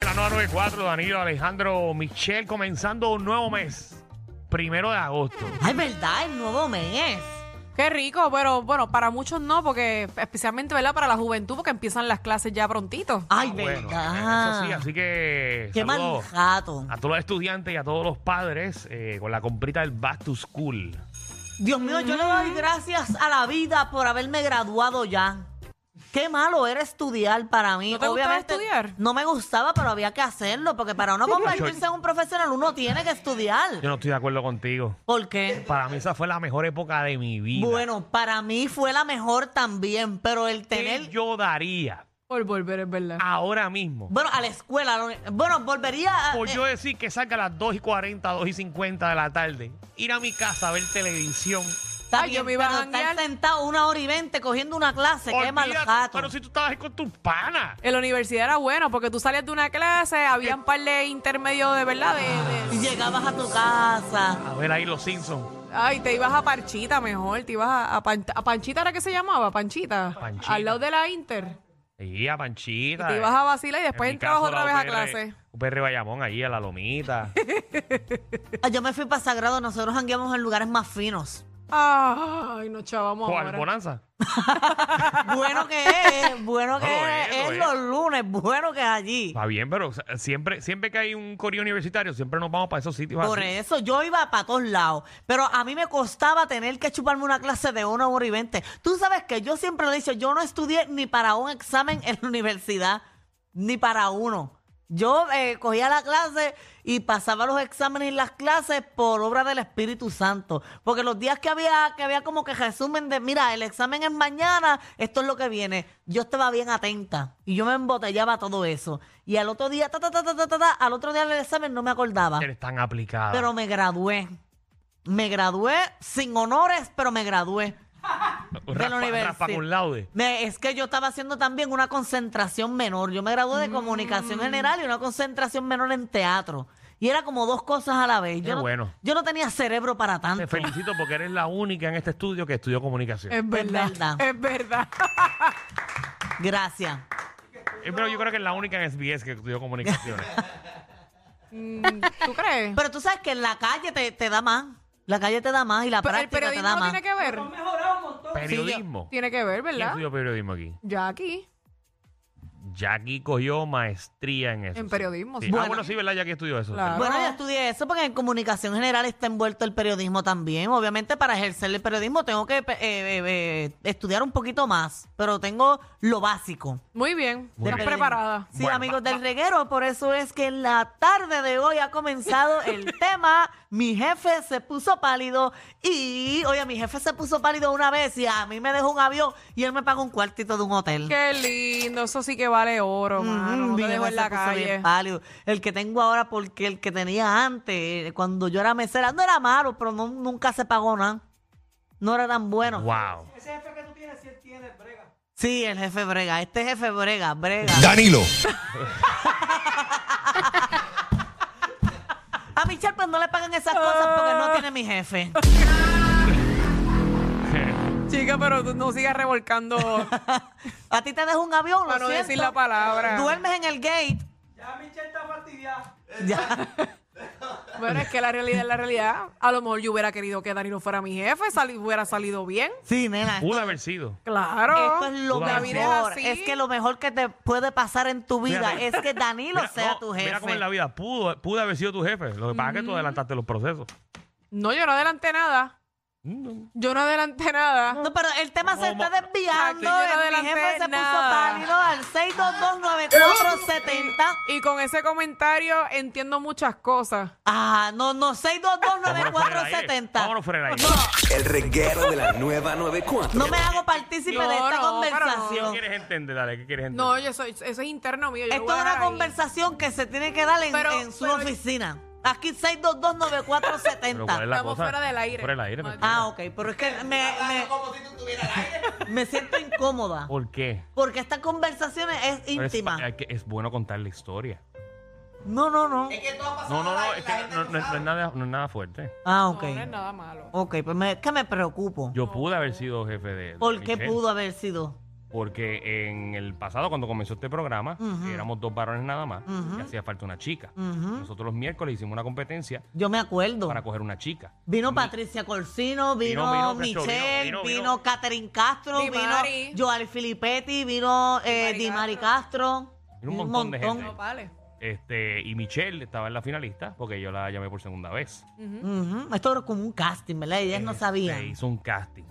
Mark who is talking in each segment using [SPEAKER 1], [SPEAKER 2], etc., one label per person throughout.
[SPEAKER 1] La 994, Danilo Alejandro Michel, comenzando un nuevo mes, primero de agosto.
[SPEAKER 2] Ay, verdad, el nuevo mes.
[SPEAKER 3] Qué rico, pero bueno, para muchos no, porque especialmente, ¿verdad? Para la juventud, porque empiezan las clases ya prontito.
[SPEAKER 2] Ay,
[SPEAKER 1] Ah, Bueno,
[SPEAKER 2] verdad.
[SPEAKER 1] eso sí, así que
[SPEAKER 2] Qué mal
[SPEAKER 1] saludos
[SPEAKER 2] rato.
[SPEAKER 1] a todos los estudiantes y a todos los padres eh, con la comprita del Back to School.
[SPEAKER 2] Dios mío, yo le doy gracias a la vida por haberme graduado ya. Qué malo era estudiar para mí.
[SPEAKER 3] ¿No te gustaba estudiar?
[SPEAKER 2] No me gustaba, pero había que hacerlo, porque para uno convertirse en un profesional uno tiene que estudiar.
[SPEAKER 1] Yo no estoy de acuerdo contigo.
[SPEAKER 2] ¿Por qué?
[SPEAKER 1] Para mí esa fue la mejor época de mi vida.
[SPEAKER 2] Bueno, para mí fue la mejor también, pero el
[SPEAKER 1] ¿Qué
[SPEAKER 2] tener...
[SPEAKER 1] yo daría
[SPEAKER 3] Por volver, es verdad.
[SPEAKER 1] ahora mismo?
[SPEAKER 2] Bueno, a la escuela, a la uni- bueno, volvería a...
[SPEAKER 1] Por
[SPEAKER 2] eh,
[SPEAKER 1] Pues yo decir que salga a las 2 y 40, 2 y 50 de la tarde, ir a mi casa a ver televisión.
[SPEAKER 2] está
[SPEAKER 3] Ay, yo
[SPEAKER 2] bien,
[SPEAKER 3] me iba a
[SPEAKER 2] pero estar
[SPEAKER 3] janguear.
[SPEAKER 2] sentado una hora y veinte cogiendo una clase, qué mal
[SPEAKER 1] Olvídate,
[SPEAKER 2] rato.
[SPEAKER 1] pero si tú estabas ahí con tus panas.
[SPEAKER 3] En la universidad era bueno, porque tú salías de una clase, había un par de intermedios de verdad, de,
[SPEAKER 2] Y
[SPEAKER 3] de-
[SPEAKER 2] Llegabas a tu casa.
[SPEAKER 1] A ver ahí los Simpsons.
[SPEAKER 3] Ay, te ibas a Parchita mejor, te ibas a, a Pan- a Panchita, ¿era que se llamaba? Panchita.
[SPEAKER 1] Panchita.
[SPEAKER 3] Al lado de la Inter.
[SPEAKER 1] Sí, a Panchita.
[SPEAKER 3] Te
[SPEAKER 1] eh.
[SPEAKER 3] ibas a vacilar y después
[SPEAKER 1] En mi
[SPEAKER 3] entrabas
[SPEAKER 1] caso, la
[SPEAKER 3] otra vez a
[SPEAKER 1] UPR
[SPEAKER 3] clase.
[SPEAKER 1] UPR Bayamón, ahí a la Lomita.
[SPEAKER 2] Ah, Yo me fui para Sagrado, nosotros jangueamos en lugares más finos.
[SPEAKER 3] Ay, nos chavamos
[SPEAKER 1] ¿Cuál?
[SPEAKER 3] ahora.
[SPEAKER 1] Bonanza.
[SPEAKER 2] Bueno que es, bueno que
[SPEAKER 1] No,
[SPEAKER 2] es,
[SPEAKER 1] eso
[SPEAKER 2] es
[SPEAKER 1] es.
[SPEAKER 2] los lunes, bueno que es allí.
[SPEAKER 1] Está bien, pero o sea, siempre, siempre que hay un correo universitario, siempre nos vamos para esos sitios.
[SPEAKER 2] Por
[SPEAKER 1] así.
[SPEAKER 2] eso yo iba para todos lados, pero a mí me costaba tener que chuparme una clase de una hora y veinte. Tú sabes que yo siempre lo he dicho, yo no estudié ni para un examen en la universidad, ni para uno. Yo eh, cogía la clase y pasaba los exámenes y las clases por obra del Espíritu Santo, porque los días que había que había como que resumen de, mira, el examen es mañana, esto es lo que viene. Yo estaba bien atenta y yo me embotellaba todo eso. Y al otro día, ta, ta, ta, ta, ta, ta, ta, al otro día del examen no me acordaba.
[SPEAKER 1] Eres tan aplicada.
[SPEAKER 2] Pero me gradué. Me gradué sin honores, pero me gradué.
[SPEAKER 1] Raspa-
[SPEAKER 2] universidad.
[SPEAKER 1] raspa con laude.
[SPEAKER 2] Me- es que yo estaba haciendo también una concentración menor. Yo me gradué de
[SPEAKER 1] Mm.
[SPEAKER 2] comunicación general y una concentración menor en teatro. Y era como dos cosas a la vez.
[SPEAKER 1] Qué
[SPEAKER 2] Yo, no,
[SPEAKER 1] bueno.
[SPEAKER 2] yo no tenía cerebro para tanto.
[SPEAKER 1] Te felicito porque eres la única en este estudio que estudió comunicación.
[SPEAKER 3] Es verdad.
[SPEAKER 2] verdad.
[SPEAKER 3] Es verdad.
[SPEAKER 2] Gracias.
[SPEAKER 1] Eh, pero yo creo que es la única en SBS que estudió comunicación.
[SPEAKER 3] Mm, ¿Tú crees?
[SPEAKER 2] Pero tú sabes que en la calle te, te da más. La calle te da más y la
[SPEAKER 3] Pero el
[SPEAKER 2] práctica te
[SPEAKER 3] periodismo
[SPEAKER 2] da
[SPEAKER 3] no
[SPEAKER 2] más.
[SPEAKER 3] tiene que ver.
[SPEAKER 1] periodismo.
[SPEAKER 3] Tiene que ver,
[SPEAKER 1] ¿Quién
[SPEAKER 3] ¿verdad?
[SPEAKER 1] estudió periodismo aquí?
[SPEAKER 3] Ya aquí.
[SPEAKER 1] Jackie cogió maestría en eso.
[SPEAKER 3] En
[SPEAKER 1] sí.
[SPEAKER 3] periodismo,
[SPEAKER 1] Sí.
[SPEAKER 3] sí.
[SPEAKER 1] Ah,
[SPEAKER 3] Bueno.
[SPEAKER 1] bueno, sí, ¿verdad? Jackie estudió eso.
[SPEAKER 3] Claro.
[SPEAKER 2] Bueno, yo estudié eso porque en comunicación general está envuelto el periodismo también. Obviamente para ejercer el periodismo tengo que eh, eh, eh, estudiar un poquito más, pero tengo lo básico.
[SPEAKER 3] Muy bien.
[SPEAKER 1] Muy
[SPEAKER 3] Estás
[SPEAKER 1] bien.
[SPEAKER 3] preparada.
[SPEAKER 2] Sí,
[SPEAKER 1] Bueno,
[SPEAKER 2] amigos del reguero, por eso es que en la tarde de hoy ha comenzado el tema Mi jefe se puso pálido y, oye, mi jefe se puso pálido una vez y a mí me dejó un avión y él me pagó un cuartito de un hotel.
[SPEAKER 3] Qué lindo, eso sí que vale oro, mano.
[SPEAKER 2] Mm,
[SPEAKER 3] No
[SPEAKER 2] mi
[SPEAKER 3] te dejo
[SPEAKER 2] jefe se
[SPEAKER 3] en la
[SPEAKER 2] puso
[SPEAKER 3] calle.
[SPEAKER 2] bien Ah. pálido. El que tengo ahora, porque el que tenía antes, eh, cuando yo era mesera, no era malo, pero no- nunca se pagó nada. No era tan bueno.
[SPEAKER 1] Wow.
[SPEAKER 2] Sí, el jefe brega. Este jefe brega, brega.
[SPEAKER 4] Danilo.
[SPEAKER 2] A Michelle, pues no le pagan esas cosas porque no tiene mi jefe.
[SPEAKER 3] Chica, pero tú no sigas revolcando
[SPEAKER 2] A ti te dejo un avión, lo
[SPEAKER 3] para no
[SPEAKER 2] siento.
[SPEAKER 3] decir la palabra.
[SPEAKER 2] Duermes en el gate. Ya Michelle está fastidiada.
[SPEAKER 3] Bueno, es que la realidad es la realidad. A lo mejor yo hubiera querido que Danilo fuera mi jefe, sali- hubiera salido bien.
[SPEAKER 2] Sí, nena.
[SPEAKER 1] Pudo haber sido.
[SPEAKER 3] Claro.
[SPEAKER 2] Esto es lo
[SPEAKER 1] La vida es
[SPEAKER 2] mejor.
[SPEAKER 3] así.
[SPEAKER 2] Es que lo mejor que te puede pasar en tu vida
[SPEAKER 1] Mira,
[SPEAKER 2] es que Danilo
[SPEAKER 1] Mira,
[SPEAKER 2] sea
[SPEAKER 1] no,
[SPEAKER 2] tu
[SPEAKER 1] Mira cómo
[SPEAKER 2] jefe.
[SPEAKER 1] en la vida pudo, pudo haber sido tu jefe. Lo que pasa es que tú adelantaste los procesos.
[SPEAKER 3] No, yo no adelanté nada. Yo Mm, no adelanté nada.
[SPEAKER 2] No, pero el tema se
[SPEAKER 1] Como-
[SPEAKER 2] está desviando.
[SPEAKER 3] Aquí yo no
[SPEAKER 2] el- Mi jefe
[SPEAKER 3] adelanté
[SPEAKER 2] se
[SPEAKER 3] nada.
[SPEAKER 2] puso pálido al 6229470.
[SPEAKER 3] Y con ese comentario entiendo muchas cosas.
[SPEAKER 2] Ah, no, no,
[SPEAKER 1] Vámonos fuera del aire.
[SPEAKER 2] 6229470.
[SPEAKER 1] Vámonos fuera del aire.
[SPEAKER 5] El reguero de la nueva 94.
[SPEAKER 2] No me hago partícipe
[SPEAKER 3] No,
[SPEAKER 2] de
[SPEAKER 1] ¿Qué
[SPEAKER 2] esta
[SPEAKER 3] no, pero
[SPEAKER 2] conversación.
[SPEAKER 1] quieres entender? Dale, ¿qué quieres entender?
[SPEAKER 3] No, yo soy, eso es interno mío. yo lo
[SPEAKER 2] Esto
[SPEAKER 3] voy a
[SPEAKER 2] es una
[SPEAKER 3] dejar ahí.
[SPEAKER 2] conversación que se tiene que dar en,
[SPEAKER 3] Pero-
[SPEAKER 2] en su
[SPEAKER 3] pero-
[SPEAKER 2] oficina. Aquí
[SPEAKER 1] Pero ¿cuál es
[SPEAKER 2] 6229470.
[SPEAKER 1] la
[SPEAKER 3] Estamos
[SPEAKER 1] cosa?
[SPEAKER 3] fuera del aire.
[SPEAKER 1] Fuera del aire.
[SPEAKER 3] Madre.
[SPEAKER 1] mentira.
[SPEAKER 2] Ah, ok, pero es que me, me, me siento incómoda.
[SPEAKER 1] ¿Por qué?
[SPEAKER 2] Porque esta conversación es
[SPEAKER 1] Pero es
[SPEAKER 2] íntima.
[SPEAKER 1] pa- Es, que es bueno contar la historia.
[SPEAKER 2] No, no, no.
[SPEAKER 1] No, no, no, es que no, no- no es, nada, no es nada fuerte.
[SPEAKER 2] Ah,
[SPEAKER 3] No, no es
[SPEAKER 2] ok.
[SPEAKER 3] nada malo.
[SPEAKER 2] Ok, pues me, es que me preocupo.
[SPEAKER 1] Yo pude haber sido jefe de. de
[SPEAKER 2] ¿Por qué
[SPEAKER 1] Michelle,
[SPEAKER 2] pudo haber sido?
[SPEAKER 1] Porque en el pasado, cuando comenzó este programa,
[SPEAKER 2] Ujú.
[SPEAKER 1] éramos dos varones nada más
[SPEAKER 2] Ujú.
[SPEAKER 1] y hacía falta una chica.
[SPEAKER 2] Ujú.
[SPEAKER 1] Nosotros los miércoles hicimos una competencia
[SPEAKER 2] Yo me acuerdo.
[SPEAKER 1] para coger una chica.
[SPEAKER 2] Vino Patricia Corsino, vino,
[SPEAKER 1] Vino- vino, Cacho,
[SPEAKER 2] Michelle,
[SPEAKER 1] vino-
[SPEAKER 2] vino,
[SPEAKER 1] vino- vino.
[SPEAKER 2] Catherine Castro,
[SPEAKER 3] Di Mari.
[SPEAKER 2] vino Joali Filippetti, vino eh,
[SPEAKER 3] Di
[SPEAKER 2] Di
[SPEAKER 3] Mari
[SPEAKER 2] Mari Castro.
[SPEAKER 1] Vino un montón de gente.
[SPEAKER 3] No, vale.
[SPEAKER 1] Este, y Michelle estaba en la finalista porque yo la llamé por segunda vez. Este,
[SPEAKER 2] Ujú. Esto era como un casting, ¿verdad? Ellas no
[SPEAKER 1] Se
[SPEAKER 2] sabían.
[SPEAKER 1] hizo un casting.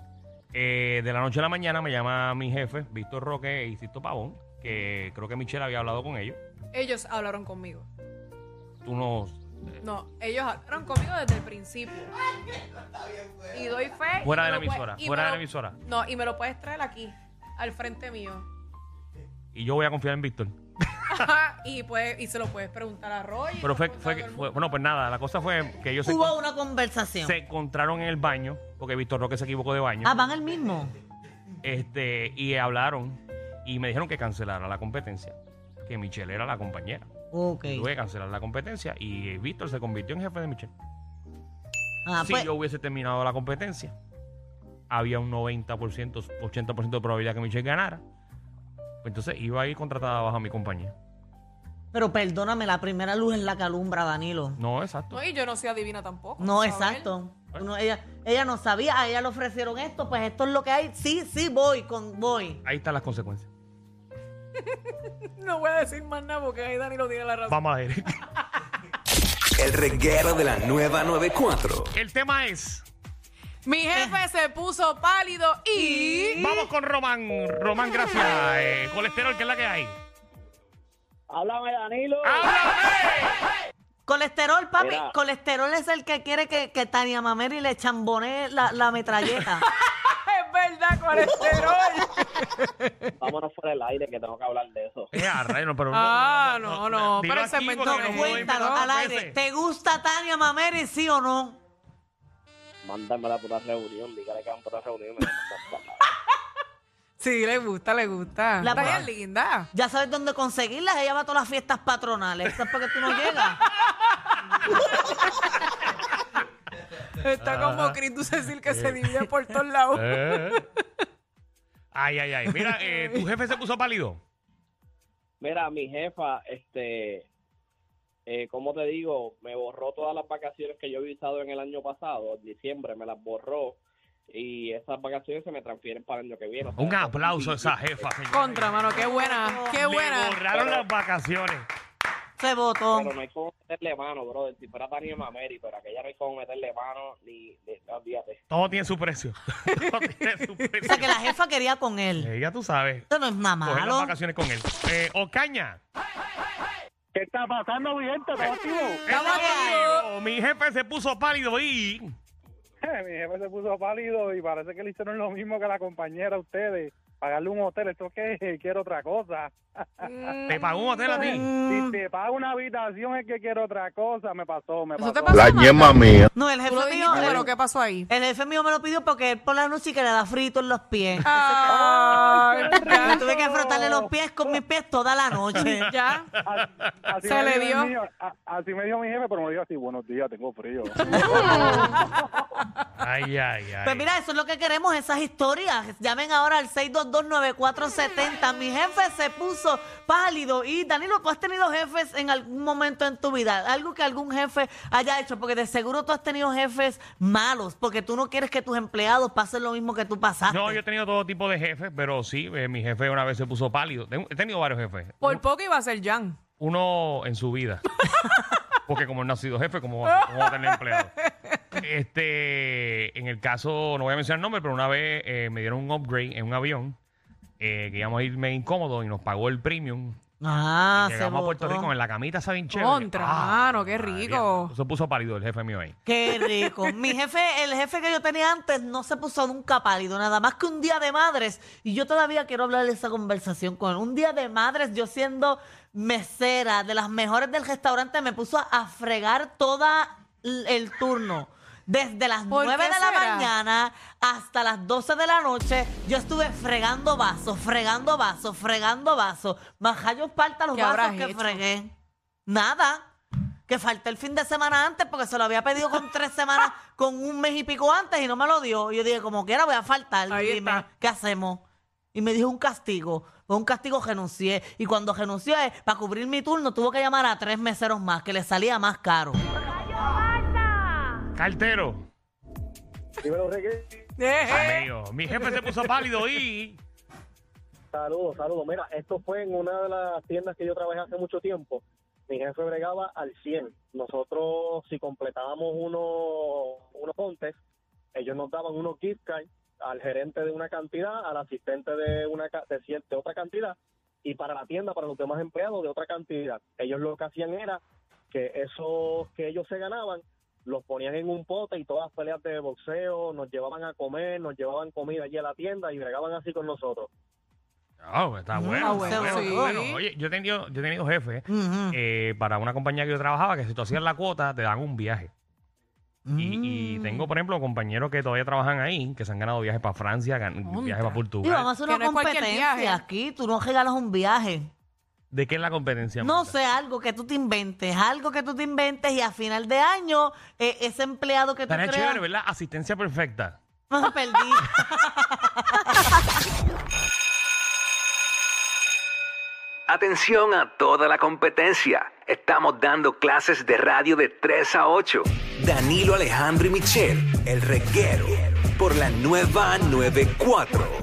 [SPEAKER 1] Eh, de la noche a la mañana me llama mi jefe, Víctor Roque y Sisto Pavón, que creo que Michelle había hablado con ellos.
[SPEAKER 3] Ellos hablaron conmigo.
[SPEAKER 1] Tú no.
[SPEAKER 3] No, ellos hablaron conmigo desde el principio. Y doy fe. y
[SPEAKER 1] Fuera
[SPEAKER 3] me
[SPEAKER 1] de la
[SPEAKER 3] lo puedes-
[SPEAKER 1] emisora,
[SPEAKER 3] y me
[SPEAKER 1] fuera de
[SPEAKER 3] lo-
[SPEAKER 1] la emisora.
[SPEAKER 3] No, y me lo puedes traer aquí, al frente mío.
[SPEAKER 1] Y yo voy a confiar en Víctor.
[SPEAKER 3] y, puedes- y se lo puedes preguntar a Roy.
[SPEAKER 1] Pero fue, fue, fue- Bueno, pues nada, la cosa fue que ellos se,
[SPEAKER 2] Hubo
[SPEAKER 1] encon-
[SPEAKER 2] una conversación.
[SPEAKER 1] se encontraron en el baño, porque Víctor Roque se equivocó de baño.
[SPEAKER 2] Ah, van el mismo.
[SPEAKER 1] este Y hablaron y me dijeron que cancelara la competencia, que Michelle era la compañera.
[SPEAKER 2] Ok.
[SPEAKER 1] Tuve que cancelar la competencia y Víctor se convirtió en jefe de Michelle.
[SPEAKER 2] Ah,
[SPEAKER 1] si
[SPEAKER 2] pues,
[SPEAKER 1] yo hubiese terminado la competencia, había un 90%, 80% de probabilidad que Michelle ganara. Entonces iba a ir contratada bajo mi compañía.
[SPEAKER 2] Pero perdóname, la primera luz es la que alumbra, Danilo.
[SPEAKER 1] No, exacto.
[SPEAKER 3] No, y yo no soy adivina tampoco.
[SPEAKER 2] No,
[SPEAKER 3] ¿sabes?
[SPEAKER 2] exacto. No, ella, ella no sabía, a ella le ofrecieron esto, pues esto es lo que hay. Sí, sí, voy, con, voy.
[SPEAKER 1] Ahí están las consecuencias.
[SPEAKER 3] No voy a decir más nada porque ahí Danilo tiene la razón.
[SPEAKER 1] Vamos a ver.
[SPEAKER 5] El reguero de la nueva 94.
[SPEAKER 1] El tema es,
[SPEAKER 3] Mi
[SPEAKER 2] Eh.
[SPEAKER 3] jefe se puso pálido y.
[SPEAKER 1] vamos con Román. Román, gracias. Eh, colesterol, que es la que hay.
[SPEAKER 6] Háblame, Danilo.
[SPEAKER 2] Colesterol, papi.
[SPEAKER 6] Mira.
[SPEAKER 2] Colesterol es el que quiere que, que Tania Mameri le chambone la, la metralleta.
[SPEAKER 3] Es verdad, colesterol.
[SPEAKER 6] Vámonos fuera del aire que tengo que hablar de eso.
[SPEAKER 1] Eh, a rayos, no, pero
[SPEAKER 3] Ah, no, no,
[SPEAKER 1] dilo
[SPEAKER 3] pero
[SPEAKER 1] aquí
[SPEAKER 3] ese
[SPEAKER 1] porque
[SPEAKER 3] inventó
[SPEAKER 2] no,
[SPEAKER 1] nos
[SPEAKER 3] él.
[SPEAKER 1] podemos
[SPEAKER 2] cuéntalo
[SPEAKER 1] inventar
[SPEAKER 2] al
[SPEAKER 1] dos
[SPEAKER 2] aire.
[SPEAKER 1] veces.
[SPEAKER 2] ¿Te gusta Tania Mameri, sí o no?
[SPEAKER 6] Mándamela por una reunión, dígale que van por una reunión.
[SPEAKER 3] Sí, le gusta, le gusta.
[SPEAKER 2] La
[SPEAKER 3] Está
[SPEAKER 2] pa-
[SPEAKER 3] bien linda.
[SPEAKER 2] Ya sabes dónde conseguirlas. Ella va a todas las fiestas patronales. Eso es porque tú no llegas.
[SPEAKER 3] Está como Cristo Cecil que se divide por todos lados.
[SPEAKER 1] Eh. Ay, ay, ay. Mira, eh, tu jefe se puso pálido.
[SPEAKER 6] Mira, mi jefa, este, eh, ¿cómo te digo? Me borró todas las vacaciones que yo he visado en el año pasado, en diciembre me las borró. Y esas vacaciones se me transfieren para el año que viene. O sea,
[SPEAKER 1] Un aplauso a esa jefa. señores.
[SPEAKER 3] Contra, mano, qué buena, qué
[SPEAKER 1] Le
[SPEAKER 3] buena.
[SPEAKER 1] borraron las vacaciones.
[SPEAKER 2] Se votó.
[SPEAKER 6] Pero no hay cómo meterle mano, brother. Si fuera Tania Mameri, pero aquella no hay cómo meterle mano ni... ni no, olvídate.
[SPEAKER 1] Todo tiene su precio. Todo tiene su
[SPEAKER 2] O sea
[SPEAKER 1] precio.
[SPEAKER 2] que la jefa quería con él.
[SPEAKER 1] Eh, ya tú sabes.
[SPEAKER 2] Esto no es nada
[SPEAKER 1] Coger las
[SPEAKER 2] malo.
[SPEAKER 1] vacaciones con él. Eh, Ocaña.
[SPEAKER 6] ¿Qué está pasando, mi gente?
[SPEAKER 3] Estamos
[SPEAKER 1] Eh,
[SPEAKER 3] activos.
[SPEAKER 1] oh, Mi jefe se puso pálido y...
[SPEAKER 7] Eh, Mi jefe se puso pálido y parece que le hicieron lo mismo que la compañera a ustedes. Pagarle un hotel, esto que quiero otra cosa.
[SPEAKER 1] Te pagó un hotel a ti.
[SPEAKER 3] Mm.
[SPEAKER 7] Si te paga una habitación es que quiero otra cosa. Me pasó, me
[SPEAKER 3] ¿Eso
[SPEAKER 7] pasó.
[SPEAKER 3] te pasó? La ñema mía.
[SPEAKER 2] No, el
[SPEAKER 3] Tú lo
[SPEAKER 2] jefe mío.
[SPEAKER 3] dijiste, pero
[SPEAKER 2] El,
[SPEAKER 3] ¿qué pasó ahí?
[SPEAKER 2] el jefe mío me lo pidió porque él por la noche que le da frito en los pies.
[SPEAKER 3] Ay,
[SPEAKER 2] Yo
[SPEAKER 3] ya,
[SPEAKER 2] tuve que frotarle los pies con mis pies toda la noche.
[SPEAKER 3] ya.
[SPEAKER 7] Así- así
[SPEAKER 3] Se
[SPEAKER 7] me
[SPEAKER 3] le
[SPEAKER 7] dijo
[SPEAKER 3] dio.
[SPEAKER 7] el mío, a- así me dijo mi jefe, pero me dijo así, buenos días, tengo frío.
[SPEAKER 1] Ay, ay, ay.
[SPEAKER 2] Pues mira, eso es lo que queremos, esas historias. Llamen ahora al 6229470. Mi jefe se puso pálido. Y Danilo, ¿tú has tenido jefes en algún momento en tu vida? Algo que algún jefe haya hecho, porque de seguro tú has tenido jefes malos, porque tú no quieres que tus empleados pasen lo mismo que tú pasaste.
[SPEAKER 1] No, yo he tenido todo tipo de jefes, pero sí, eh, mi jefe una vez se puso pálido. Tengo- He tenido varios jefes.
[SPEAKER 3] Por poco iba a ser Jan.
[SPEAKER 1] Uno en su vida. Porque como él no ha sido jefe, como va a tener empleado? Este, en el caso, no voy a mencionar el nombre, pero una vez eh, me dieron un upgrade en un avión eh, que íbamos a irme incómodo y nos pagó el premium.
[SPEAKER 2] Ah, se
[SPEAKER 1] Llegamos a Puerto
[SPEAKER 2] votó.
[SPEAKER 1] Rico en la camita, ¿saben? Chévere. Ah,
[SPEAKER 3] Contra, mano, qué
[SPEAKER 1] madre,
[SPEAKER 3] rico.
[SPEAKER 1] Se puso pálido el jefe mío ahí.
[SPEAKER 2] Qué rico. Mi jefe, el jefe que yo tenía antes, no se puso nunca pálido, nada más que un día de madres. Y yo todavía quiero hablar de esa conversación con él. Un día de madres, yo siendo mesera de las mejores del restaurante, me puso a, a fregar toda l- el turno. Desde las
[SPEAKER 3] ¿Por
[SPEAKER 2] 9 de
[SPEAKER 3] qué
[SPEAKER 2] la
[SPEAKER 3] será?
[SPEAKER 2] mañana hasta las 12 de la noche, yo estuve fregando vasos, fregando vasos, fregando vasos. Más rayos parta los
[SPEAKER 3] ¿Qué habrás
[SPEAKER 2] vasos que
[SPEAKER 3] hecho?
[SPEAKER 2] fregué. Nada. Que falté el fin de semana antes porque se lo había pedido con tres semanas, con un mes y pico antes y no me lo dio. Y yo dije, como quiera voy a faltar.
[SPEAKER 3] Ahí
[SPEAKER 2] Dime,
[SPEAKER 3] está.
[SPEAKER 2] ¿qué hacemos? Y me dijo un castigo. Con un castigo renuncié. Y cuando renuncié, para cubrir mi turno, tuvo que llamar a tres meseros más, que le salía más caro.
[SPEAKER 1] Cartero.
[SPEAKER 7] Dímelo, Reggae.
[SPEAKER 3] Eh, eh.
[SPEAKER 1] Amigo, mi jefe se puso pálido y...
[SPEAKER 7] Saludos, saludos. Mira, esto fue en una de las tiendas que yo trabajé hace mucho tiempo. Mi jefe bregaba al 100. Nosotros, si completábamos unos, unos contests, ellos nos daban unos gift cards al gerente de una cantidad, al asistente de una ca- de, cier- de otra cantidad y para la tienda, para los demás empleados de otra cantidad. Ellos lo que hacían era que esos que ellos se ganaban los ponían en un pote y todas las peleas de boxeo, nos llevaban a comer, nos llevaban comida allí a la tienda y bregaban así con nosotros.
[SPEAKER 1] Oh, está bueno.
[SPEAKER 2] Ah,
[SPEAKER 1] está
[SPEAKER 2] bueno,
[SPEAKER 1] bueno,
[SPEAKER 2] sí.
[SPEAKER 1] bueno. Oye, yo he tenido, yo he tenido jefe
[SPEAKER 2] Ujú.
[SPEAKER 1] eh, para una compañía que yo trabajaba que si tú hacías la cuota te dan un viaje. Y,
[SPEAKER 2] Mm.
[SPEAKER 1] y tengo, por ejemplo, compañeros que todavía trabajan ahí, que se han ganado viajes para Francia, gan- viajes
[SPEAKER 3] Contra.
[SPEAKER 1] para
[SPEAKER 2] Y vamos a
[SPEAKER 1] Portugal.
[SPEAKER 2] hacer
[SPEAKER 3] Que
[SPEAKER 2] una
[SPEAKER 3] no es cualquier viaje.
[SPEAKER 2] competencia aquí. Tú no regalas un viaje.
[SPEAKER 1] ¿De qué es la competencia?
[SPEAKER 2] No
[SPEAKER 1] Marta?
[SPEAKER 2] sé, algo que tú te inventes, algo que tú te inventes y a final de año eh, ese empleado que tú
[SPEAKER 1] Estaría
[SPEAKER 2] creas...
[SPEAKER 1] chévere, ¿verdad? Asistencia perfecta.
[SPEAKER 2] Perdí.
[SPEAKER 5] Atención a toda la competencia. Estamos dando clases de radio de 3 a 8. Danilo Alejandro y Michel, el reguero, por la nueva 94.